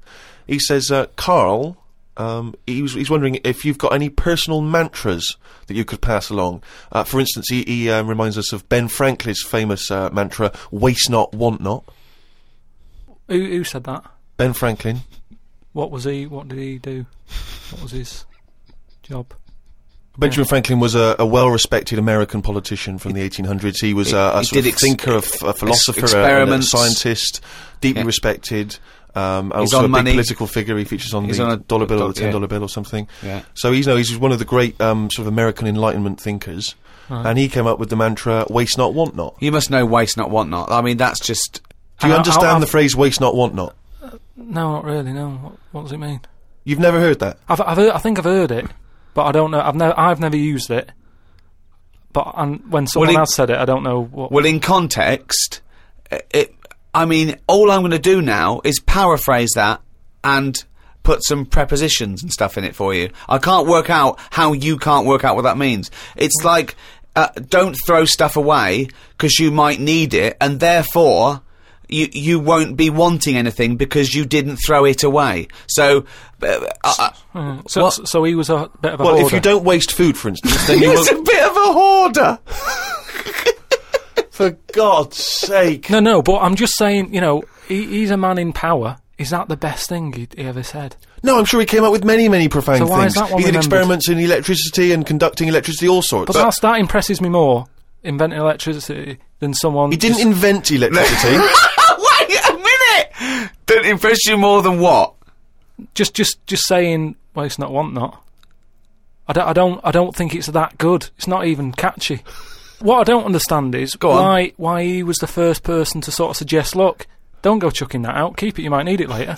Speaker 3: He says, uh, Carl, um, he was, he's wondering if you've got any personal mantras that you could pass along. Uh, for instance, he, he um, reminds us of Ben Franklin's famous uh, mantra, waste not, want not.
Speaker 4: Who, who said that?
Speaker 3: Ben Franklin.
Speaker 4: What was he? What did he do? What was his job?
Speaker 3: Benjamin Franklin was a, a well-respected American politician from the 1800s. He was a, a
Speaker 2: he
Speaker 3: sort
Speaker 2: did
Speaker 3: of
Speaker 2: ex-
Speaker 3: thinker, a, f- a philosopher, a- a,
Speaker 2: experiments.
Speaker 3: scientist, deeply
Speaker 2: Yeah.
Speaker 3: respected. Um,
Speaker 2: He's
Speaker 3: also
Speaker 2: on
Speaker 3: a big
Speaker 2: money.
Speaker 3: political figure. He features on
Speaker 2: He's
Speaker 3: the
Speaker 2: on a
Speaker 3: dollar bill, or
Speaker 2: do-
Speaker 3: the ten dollar
Speaker 2: yeah.
Speaker 3: bill, or something.
Speaker 2: Yeah.
Speaker 3: So he's no, he's one of the great um, sort of American Enlightenment thinkers,
Speaker 2: Uh-huh.
Speaker 3: and he came up with the mantra "waste not, want not."
Speaker 2: You must know waste not want not. I mean, that's just.
Speaker 3: Do you
Speaker 4: I- I-
Speaker 3: understand
Speaker 4: I-
Speaker 3: the phrase "waste not, want not"?
Speaker 4: No, not really. No. What, what does it mean?
Speaker 3: You've never heard that.
Speaker 4: I've, I've heard, I think I've heard it, but I don't know. I've never I've never used it. But and when someone
Speaker 2: it-
Speaker 4: else said it, I don't know what.
Speaker 2: Well, in context, i- it. I mean, all I'm going to do now is paraphrase that and put some prepositions and stuff in it for you. I can't work out how you can't work out what that means. It's like uh, don't throw stuff away because you might need it, and therefore. You, you won't be wanting anything because you didn't throw it away. So, uh, I, I-
Speaker 4: so,
Speaker 2: what-
Speaker 4: so he was a bit of a
Speaker 3: Well, if
Speaker 4: hoarder.
Speaker 3: you don't waste food, for instance, then you
Speaker 2: He's a
Speaker 3: won't.
Speaker 2: bit of a hoarder.
Speaker 3: For God's sake!
Speaker 4: No, no. But I'm just saying, you know, he, he's a man in power. Is that the best thing he, he ever said?
Speaker 3: No, I'm sure he came up with many, many profound
Speaker 4: So
Speaker 3: things.
Speaker 4: why is that one
Speaker 3: he did
Speaker 4: remembered?
Speaker 3: experiments in electricity and conducting electricity, all sorts.
Speaker 4: But, that's, that impresses me more inventing electricity than someone.
Speaker 3: he didn't
Speaker 4: just-
Speaker 3: invent electricity.
Speaker 2: Wait a minute! That impressed you more than what?
Speaker 4: just just just saying waste not want not I don't, I don't I don't think it's that good it's not even catchy what I don't understand is
Speaker 2: on.
Speaker 4: why why he was the first person to sort of suggest look don't go chucking that out keep it you might need it later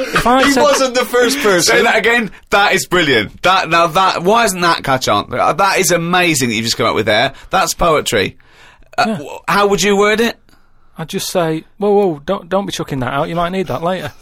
Speaker 4: if I
Speaker 3: he
Speaker 4: said
Speaker 3: wasn't the first
Speaker 2: Say
Speaker 3: person.
Speaker 2: that again. That is brilliant. That now that why isn't that catch on? Uh, That is amazing that you've just come up with there. That's poetry. Uh, w- How would you word it?
Speaker 4: I'd just say whoa whoa don't don't be chucking that out you might need that later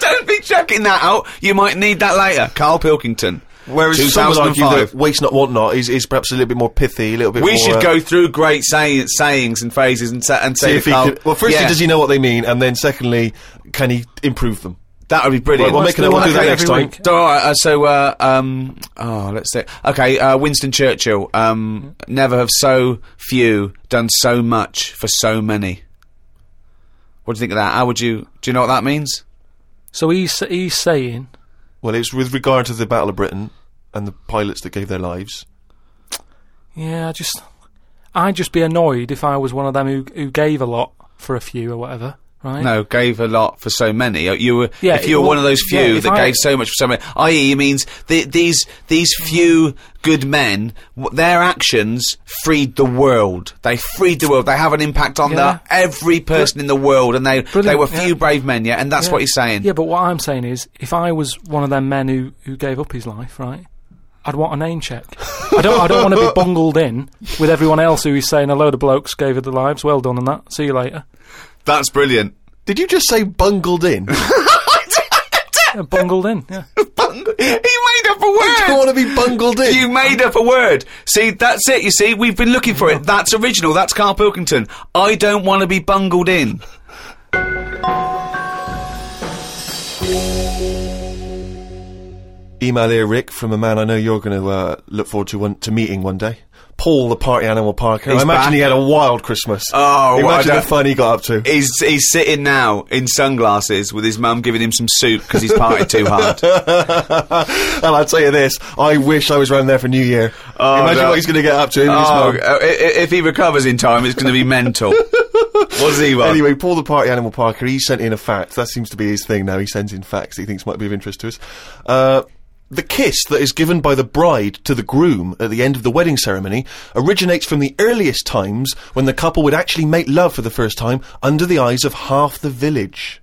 Speaker 2: Don't be checking that out. You might need that later. Carl Pilkington.
Speaker 3: Whereas some would argue
Speaker 2: 2005.
Speaker 3: that waste not, want not is, is perhaps a little bit more pithy, a little bit
Speaker 2: we
Speaker 3: more.
Speaker 2: should
Speaker 3: uh,
Speaker 2: go through great say- sayings and phrases and, sa- and say
Speaker 3: See
Speaker 2: to
Speaker 3: if he
Speaker 2: Carl-
Speaker 3: can, well, firstly,
Speaker 2: Yeah.
Speaker 3: does he know what they mean? And then, secondly, can he improve them?
Speaker 2: That would be brilliant.
Speaker 3: Well, we'll
Speaker 4: Let's
Speaker 3: make it- we'll
Speaker 4: that
Speaker 3: do that
Speaker 4: every
Speaker 3: next time.
Speaker 4: week.
Speaker 2: So, all right, uh, so uh, um, oh, let's see. Okay, uh, Winston Churchill. Um, never have so few done so much for so many. What do you think of that? How would you? Do you know what that means?
Speaker 4: so he's he's saying
Speaker 3: Well, it's with regard to the Battle of Britain and the pilots that gave their lives.
Speaker 4: yeah I just I'd just be annoyed if I was one of them who who gave a lot for a few or whatever right
Speaker 2: No, gave a lot for so many. Uh, You were,
Speaker 4: Yeah,
Speaker 2: if you were
Speaker 4: well,
Speaker 2: one of those
Speaker 4: yeah,
Speaker 2: few
Speaker 4: if
Speaker 2: that
Speaker 4: I-
Speaker 2: gave so much for so many, i.e., it means th- these these few good men, w- their actions freed the world. They freed the world. They have an impact on
Speaker 4: Yeah.
Speaker 2: the, every person in the world, and they they
Speaker 4: Brilliant,
Speaker 2: were
Speaker 4: yeah.
Speaker 2: few brave men. Yeah, and that's
Speaker 4: Yeah.
Speaker 2: what he's saying.
Speaker 4: Yeah, but what I'm saying is, if I was one of them men who, who gave up his life, right, I'd want a name check. I don't I don't want to be bungled in with everyone else who is saying a load of blokes gave it their lives. Well done and that. See you later.
Speaker 2: That's brilliant.
Speaker 3: Did you just say bungled in? you
Speaker 4: Yeah, bungled in. Yeah.
Speaker 2: Bungle. He made up a
Speaker 3: don't
Speaker 2: word.
Speaker 3: want to be bungled in.
Speaker 2: You made up a word. See, that's it. You see, we've been looking for it. That's original. That's Carl Pilkington. I don't want to be bungled in.
Speaker 3: Email here, Rick, from a man I know you're going to uh, look forward to one, to meeting one day. Paul, the party animal Parker.
Speaker 2: He's
Speaker 3: I imagine
Speaker 2: back.
Speaker 3: he had a wild Christmas.
Speaker 2: Oh, well, I
Speaker 3: imagine the
Speaker 2: don't-
Speaker 3: fun he got up to.
Speaker 2: He's he's sitting now in sunglasses with his mum giving him some soup because he's partied too hard.
Speaker 3: and I'll tell you this: I wish I was round there for New Year.
Speaker 2: Oh,
Speaker 3: imagine
Speaker 2: no.
Speaker 3: what he's going to get up to. him and his
Speaker 2: oh,
Speaker 3: mum.
Speaker 2: uh, i- i- if he recovers in time, it's going to be mental. What's he want?
Speaker 3: Anyway, Paul the Party Animal Parker, he sent in a fact. That seems to be his thing now. He sends in facts that he thinks might be of interest to us. Uh, The kiss that is given by the bride to the groom at the end of the wedding ceremony originates from the earliest times when the couple would actually make love for the first time under the eyes of half the village.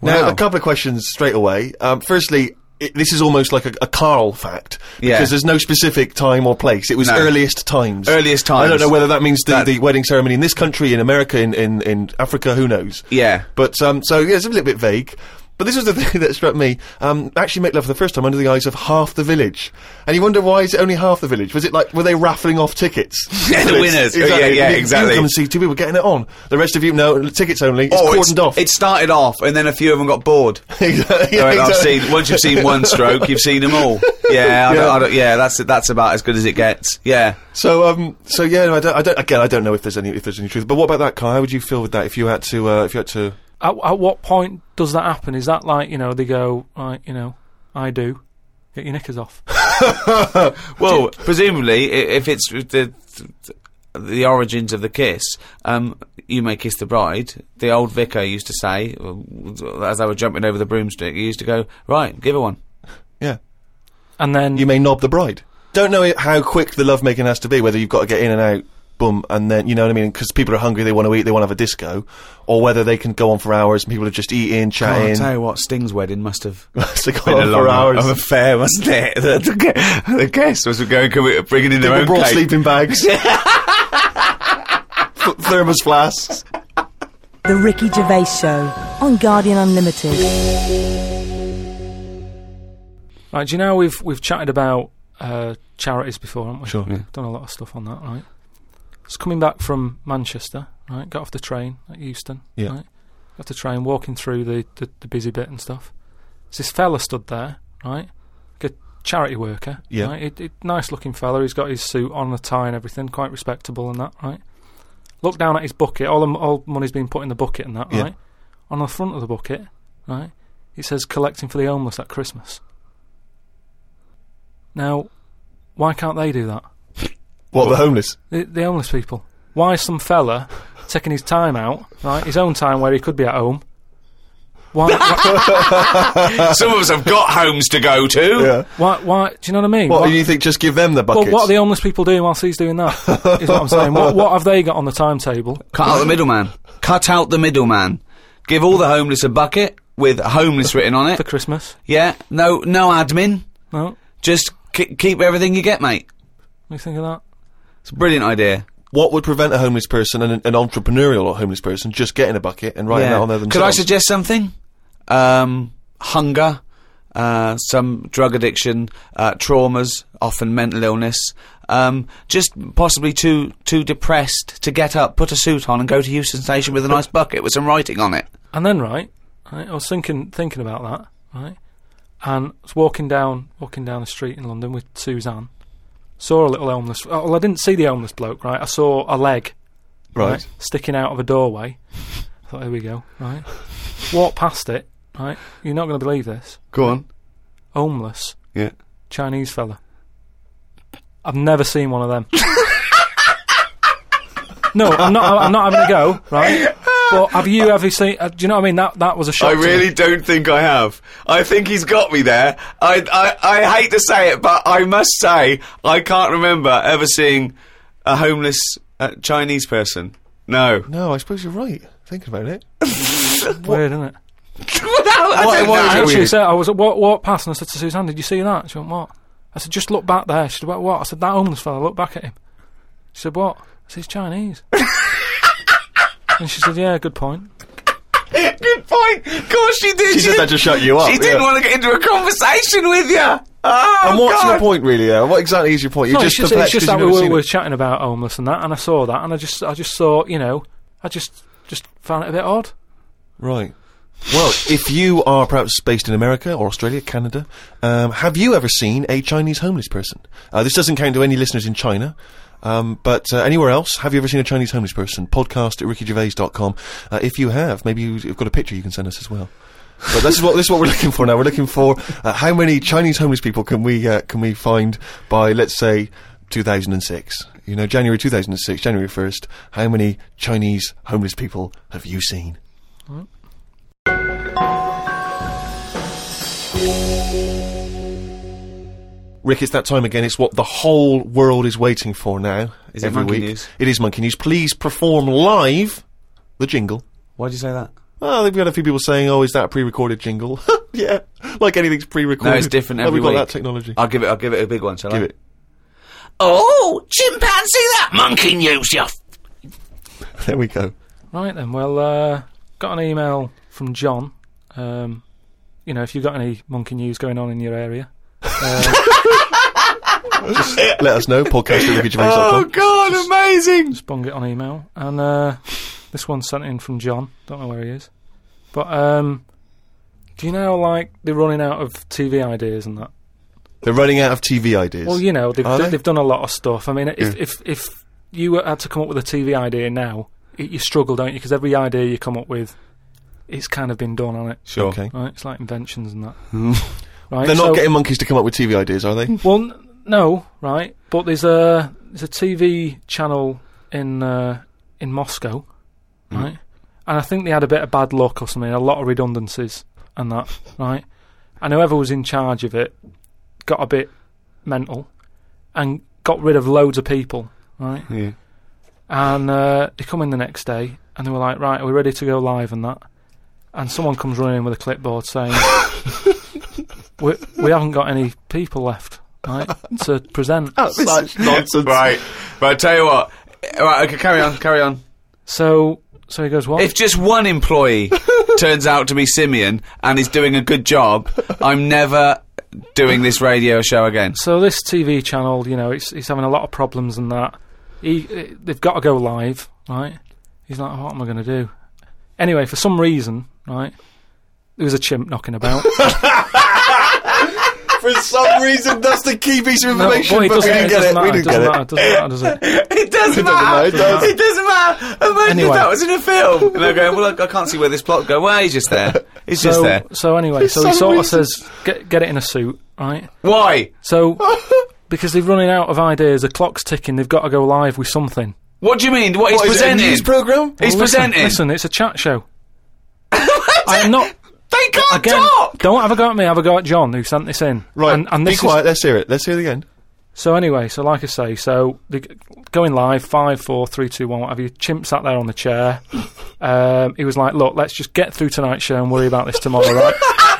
Speaker 3: Now,
Speaker 2: Wow.
Speaker 3: a couple of questions straight away. Um, firstly, i this is almost like a, a Carl fact
Speaker 2: Yeah.
Speaker 3: because there's no specific time or place. It was
Speaker 2: No.
Speaker 3: earliest times.
Speaker 2: Earliest
Speaker 3: I don't
Speaker 2: times.
Speaker 3: know whether that means the,
Speaker 2: That-
Speaker 3: the wedding ceremony in this country, in America, in, in, in Africa, who knows?
Speaker 2: Yeah.
Speaker 3: But um, so yeah, it's a little bit vague. But this was the thing that struck me. Um, actually, make love for the first time under the eyes of half the village, and you wonder why is it only half the village? Was it like were they raffling off tickets?
Speaker 2: Yeah, the
Speaker 3: It's-
Speaker 2: winners. Oh, Yeah, yeah,
Speaker 3: You-
Speaker 2: exactly.
Speaker 3: You come and see two people getting it on. The rest of you, no tickets only. It's
Speaker 2: Or
Speaker 3: cordoned off.
Speaker 2: Oh, It started off, and then a few of them got bored.
Speaker 3: Exactly,
Speaker 2: All right, I've
Speaker 3: exactly.
Speaker 2: seen once you've seen one stroke, you've seen them all. Yeah, I
Speaker 3: Yeah.
Speaker 2: Don't, I don't, yeah, that's that's about as good as it gets. Yeah.
Speaker 3: So um, so yeah, no, I don't, I don't. Again, I don't know if there's any if there's any truth. But what about that, Kai? How would you feel with that if you had to uh, if you had to?
Speaker 4: At, at what point does that happen? Is that like you know they go like you know I do get your knickers off?
Speaker 2: Well, presumably, i- if it's the the origins of the kiss, um, you may kiss the bride. The old vicar used to say, uh, as they were jumping over the broomstick, he used to go, "Right, give her one."
Speaker 3: Yeah,
Speaker 4: And then
Speaker 3: you may knob the bride. Don't know it- how quick the lovemaking has to be. Whether you've got to get in and out, boom, and then you know what I mean. Because people are hungry, they want to eat, they want to have a disco, or whether they can go on for hours and people are just eating,
Speaker 2: Oh, I
Speaker 3: chatting.
Speaker 2: tell you what, Sting's wedding must have
Speaker 3: Must have
Speaker 2: been a
Speaker 3: gone on
Speaker 2: long
Speaker 3: for hours.
Speaker 2: of affair, wasn't it? The, the, gu- the guests was going, can we- bringing in their
Speaker 3: People
Speaker 2: own
Speaker 3: brought
Speaker 2: cake.
Speaker 3: sleeping bags, Th- thermos flasks.
Speaker 1: The Ricky Gervais Show on Guardian Unlimited.
Speaker 4: right, do you know we've we've chatted about uh, charities before, haven't we?
Speaker 3: Sure. Yeah.
Speaker 4: Done a lot of stuff on that, right? So coming back from Manchester, right? Got off the train at Euston,
Speaker 3: Yeah.
Speaker 4: right? Got off the train, walking through the, the, the busy bit and stuff. So this fella stood there, right? Like a charity worker,
Speaker 3: Yeah.
Speaker 4: Right? It, it, nice looking fella. He's got his suit on, a tie and everything, quite respectable and that, right? Looked down at his bucket. All the m- all money's been put in the bucket and that,
Speaker 3: Yeah.
Speaker 4: right? On the front of the bucket, right? It says collecting for the homeless at Christmas. Now, why can't they do that?
Speaker 3: What the homeless?
Speaker 4: The, the homeless people. Why is some fella taking his time out, right? His own time where he could be at home. Why? why,
Speaker 2: Some of us have got homes to go to.
Speaker 3: Yeah.
Speaker 4: why, why? Do you know what I mean?
Speaker 3: What
Speaker 4: Why-
Speaker 3: do you think? Just give them the
Speaker 4: well,
Speaker 3: buckets.
Speaker 4: what are the homeless people doing whilst he's doing that? Is what I'm saying. What, what have they got on the timetable?
Speaker 2: Cut out the middleman. Cut out the middleman. Give all the homeless a bucket with homeless written on it.
Speaker 4: for Christmas.
Speaker 2: Yeah, no, no admin.
Speaker 4: No, what
Speaker 2: Just k- keep everything you get, mate.
Speaker 4: do you think of that?
Speaker 2: It's a brilliant idea.
Speaker 3: what would prevent a homeless person, an, an entrepreneurial homeless person, just getting a bucket and writing
Speaker 2: Yeah.
Speaker 3: that on there
Speaker 2: Could I
Speaker 3: themselves?
Speaker 2: suggest something? Um, hunger, uh, some drug addiction, uh, traumas, often mental illness. Um, just possibly too too depressed to get up, put a suit on, and go to Euston Station with a nice bucket with some writing on it.
Speaker 4: And then, right, right, I was thinking thinking about that, right, and I was walking down walking down the street in London with Suzanne. Saw a little homeless. oh, Well, I didn't see the homeless bloke, right? I saw a leg,
Speaker 3: Right.
Speaker 4: sticking out of a doorway. I thought, here we go, right. Walk past it, right. You're not going to believe this.
Speaker 2: Go on.
Speaker 4: Homeless
Speaker 2: Yeah.
Speaker 4: Chinese fella. I've never seen one of them. no, I'm not. I'm not having a go, right? But have you ever seen? Uh, do you know what I mean? That that was a shock.
Speaker 2: I
Speaker 4: to me.
Speaker 2: really don't think I have. I think he's got me there. I, I, I hate to say it, but I must say I can't remember ever seeing a homeless uh, Chinese person. No.
Speaker 3: No, I suppose you're right. Thinking about it.
Speaker 4: Weird, isn't it?
Speaker 2: I
Speaker 3: Why-
Speaker 2: don't
Speaker 3: why
Speaker 2: know.
Speaker 3: is
Speaker 4: I
Speaker 3: it
Speaker 4: actually
Speaker 3: weird?
Speaker 4: said I was walk, walk past and I said to Suzanne, "Did you see that?" She went, "What?" I said, "Just look back there." She said, "What?" what? I said, "That homeless fella." Look back at him. She said, "What?" I said, "He's Chinese." and she said, "Yeah, good point."
Speaker 2: Good point. Of course she did.
Speaker 3: She said that to shut you up.
Speaker 2: She didn't
Speaker 3: yeah.
Speaker 2: want to get into a conversation with you. Oh,
Speaker 3: And what's
Speaker 2: God.
Speaker 3: your point, really? There, what exactly is your point? You're
Speaker 4: no,
Speaker 3: just
Speaker 4: it's just, it's
Speaker 3: perplexed
Speaker 4: just
Speaker 3: 'cause
Speaker 4: that we
Speaker 3: you've never
Speaker 4: were, we
Speaker 3: seen
Speaker 4: were
Speaker 3: it.
Speaker 4: chatting about homeless and that, and I saw that, and I just, I just thought, you know, I just, just found it a bit odd.
Speaker 3: Right. Well, if you are perhaps based in America or Australia, Canada, um, have you ever seen a Chinese homeless person? Uh, this doesn't count to any listeners in China. Um, but uh, anywhere else, have you ever seen a Chinese homeless person? Podcast at rickygervais.com. Uh, if you have, maybe you- you've got a picture you can send us as well. But this is what this is what we're looking for now. We're looking for uh, how many Chinese homeless people can we uh, can we find by let's say 2006. You know, January 2006, January 1st. How many Chinese homeless people have you seen? Rick, it's that time again. It's what the whole world is waiting for now.
Speaker 2: Is it
Speaker 3: every
Speaker 2: Monkey
Speaker 3: week.
Speaker 2: News?
Speaker 3: It is Monkey News. Please perform live the jingle.
Speaker 2: Why do you say that?
Speaker 3: Oh, we've had a few people saying, "Oh, is that a pre-recorded jingle?" yeah, like anything's pre-recorded.
Speaker 2: No, it's different
Speaker 3: Like,
Speaker 2: every
Speaker 3: We've got
Speaker 2: week.
Speaker 3: that technology.
Speaker 2: I'll give it. I'll give it a big one. Shall
Speaker 3: Give
Speaker 2: I?
Speaker 3: it.
Speaker 2: Oh, chimpanzee! That monkey news, you. F-
Speaker 3: There we go.
Speaker 4: Right then, well, uh, got an email from John. Um, you know, if you've got any monkey news going on in your area,
Speaker 3: Let us know. Podcast at
Speaker 2: oh God, amazing!
Speaker 4: bung it on email. And uh, this one's sent in from John. Don't know where he is. But um, do you know, like, they're running out of TV ideas and that?
Speaker 3: They're running out of TV ideas.
Speaker 4: Well, you know, they've,
Speaker 3: Are
Speaker 4: d-
Speaker 3: they?
Speaker 4: they've done a lot of stuff. I mean, if,
Speaker 3: Yeah.
Speaker 4: if, if you had to come up with a TV idea now, it, you struggle, don't you? Because every idea you come up with, it's kind of been done on it.
Speaker 2: Sure.
Speaker 3: Okay.
Speaker 4: Right? It's like inventions and that. right?
Speaker 3: Hmm. They're not
Speaker 4: so-
Speaker 3: getting monkeys to come up with TV ideas, are they?
Speaker 4: Well, n- no, right? But there's a there's a TV channel in uh, in Moscow, right? And I think they had a bit of bad luck or something, a lot of redundancies and that, right? And whoever was in charge of it got a bit mental and got rid of loads of people, right?
Speaker 2: Yeah.
Speaker 4: And uh, they come in the next day and they were like, right, are we ready to go live and that? And someone comes running in with a clipboard saying, we, we haven't got any people left, right, to present.
Speaker 3: Such nonsense.
Speaker 2: right. Right. I tell you what. Right. Okay. Carry on. Carry on.
Speaker 4: So so he goes, what?
Speaker 2: If just one employee turns out to be Simeon and is doing a good job, I'm never doing this radio show again.
Speaker 4: so this TV channel, you know, it's, it's having a lot of problems and that. He, eh, they've got to go live, right? He's like, what am I going to do? Anyway, for some reason, right, there was a chimp knocking about.
Speaker 3: For some reason, that's the key piece of
Speaker 4: No,
Speaker 3: information,
Speaker 4: boy, it
Speaker 3: but we
Speaker 4: doesn't-
Speaker 3: didn't
Speaker 4: it
Speaker 3: get
Speaker 4: doesn't
Speaker 3: it.
Speaker 4: matter,
Speaker 3: We
Speaker 4: it
Speaker 3: didn't
Speaker 4: doesn't
Speaker 3: get it.
Speaker 4: matter, it doesn't matter, does it?
Speaker 2: It doesn't
Speaker 3: matter,
Speaker 2: matter.
Speaker 3: it doesn't.
Speaker 2: It doesn't matter. Imagine
Speaker 4: Anyway.
Speaker 2: if that was in a film. And they're going, well, look, I can't see where this plot go. Well, he's just there. He's just
Speaker 4: so,
Speaker 2: there.
Speaker 4: so anyway, so he
Speaker 3: some
Speaker 4: sort of
Speaker 3: reason.
Speaker 4: says, get, get it in a suit, right?
Speaker 2: Why?
Speaker 4: So, because they're running out of ideas, the clock's ticking, they've got to go live with something.
Speaker 2: What do you mean? What,
Speaker 3: What
Speaker 2: he's
Speaker 3: is it, a
Speaker 2: presenting?
Speaker 3: news program?
Speaker 2: he's
Speaker 4: Well, listen,
Speaker 2: presenting.
Speaker 4: Listen, it's a chat show. I'm not.
Speaker 2: They can't
Speaker 4: Again,
Speaker 2: talk.
Speaker 4: don't have a go at me, have a go at John, who sent this in.
Speaker 3: Right,
Speaker 4: And, and
Speaker 3: be
Speaker 4: this is-
Speaker 3: quiet. Let's hear it. Let's hear the end.
Speaker 4: so, anyway, so like I say, so the- going live, five, four, three, two, one, whatever. Your chimp sat there on the chair. Um, he was like, look, let's just get through tonight's show and worry about this tomorrow, right?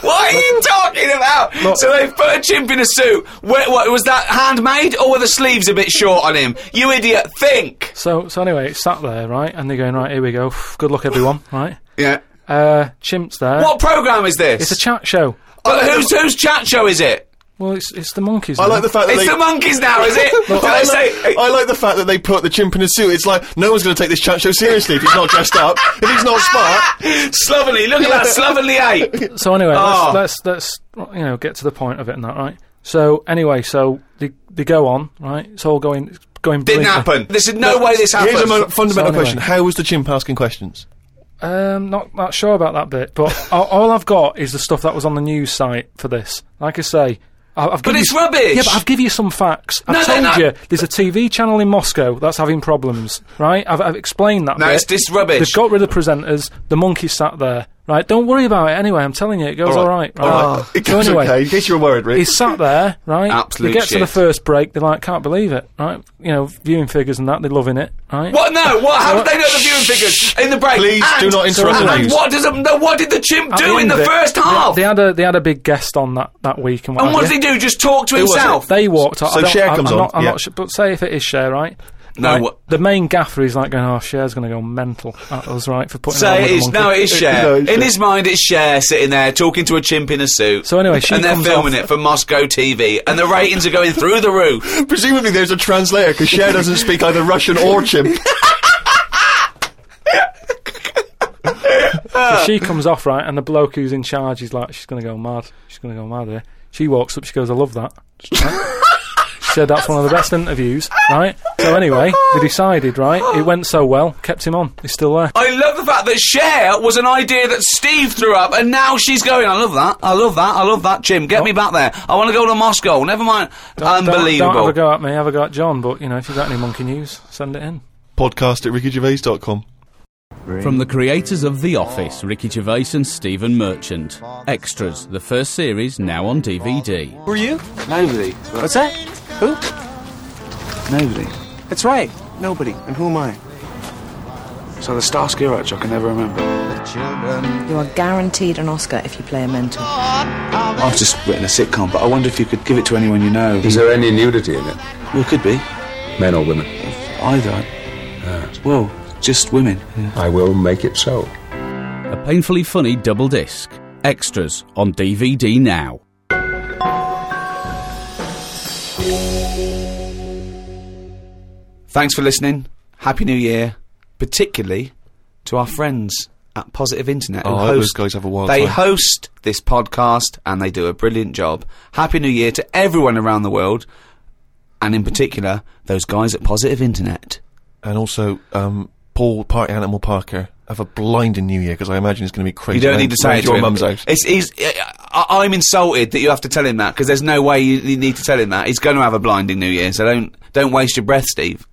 Speaker 2: What are you talking about? so they've put a chimp in a suit. Where, what, was that handmade or were the sleeves a bit short on him? You idiot, think.
Speaker 4: So, so anyway, it's sat there, right? And they're going, right, here we go. Good luck, everyone, right?
Speaker 2: Yeah.
Speaker 4: Uh, Chimp's there.
Speaker 2: What program is this?
Speaker 4: It's a chat show.
Speaker 2: Uh, whose, whose chat show is it?
Speaker 4: Well, it's it's the monkeys.
Speaker 3: I
Speaker 4: now.
Speaker 3: like the fact that
Speaker 2: It's
Speaker 3: they.
Speaker 2: the monkeys now, is it? Do
Speaker 3: I,
Speaker 2: they say?
Speaker 3: like, I like the fact that they put the chimp in a suit. It's like no one's going to take this chat show seriously if he's not dressed up, if he's not smart.
Speaker 2: slovenly. Look at that slovenly ape.
Speaker 4: so anyway,
Speaker 2: Oh.
Speaker 4: let's, let's let's you know get to the point of it and that, right? So anyway, so they they go on, right? It's all going it's going.
Speaker 2: Didn't
Speaker 4: brilliantly.
Speaker 2: happen. There's no way this happened.
Speaker 3: Here's a mo- fundamental
Speaker 4: anyway.
Speaker 3: question: How was the chimp asking questions?
Speaker 4: Um, not not sure about that bit, but all, all I've got is the stuff that was on the news site for this. Like I say. I- I've given
Speaker 2: it's
Speaker 4: you, s-
Speaker 2: rubbish.
Speaker 4: Yeah, but I've given you some facts. I've
Speaker 2: No, they're
Speaker 4: told
Speaker 2: not.
Speaker 4: you there's a TV channel in Moscow that's having problems, right? I've, I've explained that.
Speaker 2: No,
Speaker 4: bit.
Speaker 2: it's just rubbish.
Speaker 4: They've got rid of the presenters. The monkey sat there, right? Don't worry about it anyway. I'm telling you, it goes all right. right?
Speaker 3: It
Speaker 4: So
Speaker 3: goes
Speaker 4: anyway,
Speaker 3: okay. In case you were worried, Rick.
Speaker 4: he's sat there, right?
Speaker 2: Absolute
Speaker 4: They get to the
Speaker 2: shit.
Speaker 4: first break, they're like, can't believe it, right? You know, viewing figures and that, they're loving it, right?
Speaker 2: What? No. What? How did they know the viewing figures in the break?
Speaker 3: Please do
Speaker 2: And-
Speaker 3: not interrupt
Speaker 2: And
Speaker 3: the news.
Speaker 2: what does? a- No, what did the chimp
Speaker 4: At
Speaker 2: do in
Speaker 4: end
Speaker 2: the
Speaker 4: of it,
Speaker 2: first
Speaker 4: they-
Speaker 2: half?
Speaker 4: They, had a they had a big guest on that, that week, and what?
Speaker 2: and what
Speaker 4: have
Speaker 2: did he
Speaker 4: you.
Speaker 2: do? Just talk to
Speaker 3: was it?
Speaker 2: himself.
Speaker 4: They walked. I
Speaker 3: So
Speaker 4: don't-
Speaker 3: Cher
Speaker 4: I'm,
Speaker 3: comes
Speaker 4: I'm
Speaker 3: on,
Speaker 4: Not, I'm
Speaker 3: yeah.
Speaker 4: not sure, but say if it is Cher, right?
Speaker 2: No,
Speaker 4: Right,
Speaker 2: what-
Speaker 4: the main gaffer is like going, "Oh, Cher's going to go mental at us, right?" For putting
Speaker 2: Say
Speaker 4: on
Speaker 2: it is. No, it is Cher.
Speaker 3: no, it's
Speaker 2: in
Speaker 3: Cher.
Speaker 2: his mind, it's Cher sitting there talking to a chimp in a suit.
Speaker 4: So anyway, she
Speaker 2: and they're
Speaker 4: comes
Speaker 2: filming
Speaker 4: off-
Speaker 2: it for Moscow TV, and the ratings are going through the roof.
Speaker 3: Presumably, there's a translator because Cher doesn't speak either Russian or chimp.
Speaker 4: So she comes off right, and the bloke who's in charge is like, "She's going to go mad. She's going to go mad here." She walks up. She goes, "I love that." Right? she said that's one of the best interviews, right? So anyway, they decided, right? It went so well, kept him on. He's still there.
Speaker 2: I love the fact that Cher was an idea that Steve threw up, and now she's going. I love that. I love that. I love that. Jim, get me back there. I want to go to Moscow. Never mind. Unbelievable.
Speaker 4: Oh. Don't, don't have a go at me. Have a go at John. But you know, if you've got any monkey news, send it in.
Speaker 3: Podcast at rickygervais.com.
Speaker 5: From the creators of The Office, Ricky Gervais and Stephen Merchant. Extras, the first series now on DVD.
Speaker 6: Who are you?
Speaker 7: Nobody.
Speaker 6: What's that? Who?
Speaker 7: Nobody.
Speaker 6: That's right. Nobody. And who am I?
Speaker 7: So the Starsky Hutch, I can never remember.
Speaker 8: You are guaranteed an Oscar if you play a mentor.
Speaker 2: I've just written a sitcom, but I wonder if you could give it to anyone you know.
Speaker 7: Is there any nudity in it?
Speaker 2: Well, it could be
Speaker 7: Men or women? Ah.
Speaker 2: either. Well, just women.
Speaker 7: I will make it so.
Speaker 5: A painfully funny double disc. Extras on DVD now.
Speaker 2: Thanks for listening. Happy New Year, particularly to our friends at Positive Internet. who
Speaker 3: Oh, I hope those guys have a wild
Speaker 2: They
Speaker 3: time.
Speaker 2: host this podcast and they do a brilliant job. Happy New Year to everyone around the world, and in particular those guys at Positive Internet.
Speaker 3: And also, um, Paul Party Animal Parker. Have a blinding New Year because I imagine it's going to be crazy.
Speaker 2: You don't
Speaker 3: Round-
Speaker 2: need to say
Speaker 3: round
Speaker 2: it to
Speaker 3: your
Speaker 2: him.
Speaker 3: mum's house.
Speaker 2: It's, he's, uh, I, I'm insulted that you have to tell him that because there's no way you, you need to tell him that. He's going to have a blinding New Year, so don't don't waste your breath, Steve.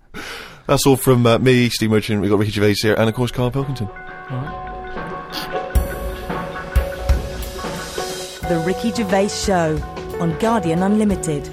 Speaker 3: That's all from uh, me, Steve Merchant. We've got Ricky Gervais here, and of course, Carl Pilkington.
Speaker 1: The Ricky Gervais Show on Guardian Unlimited.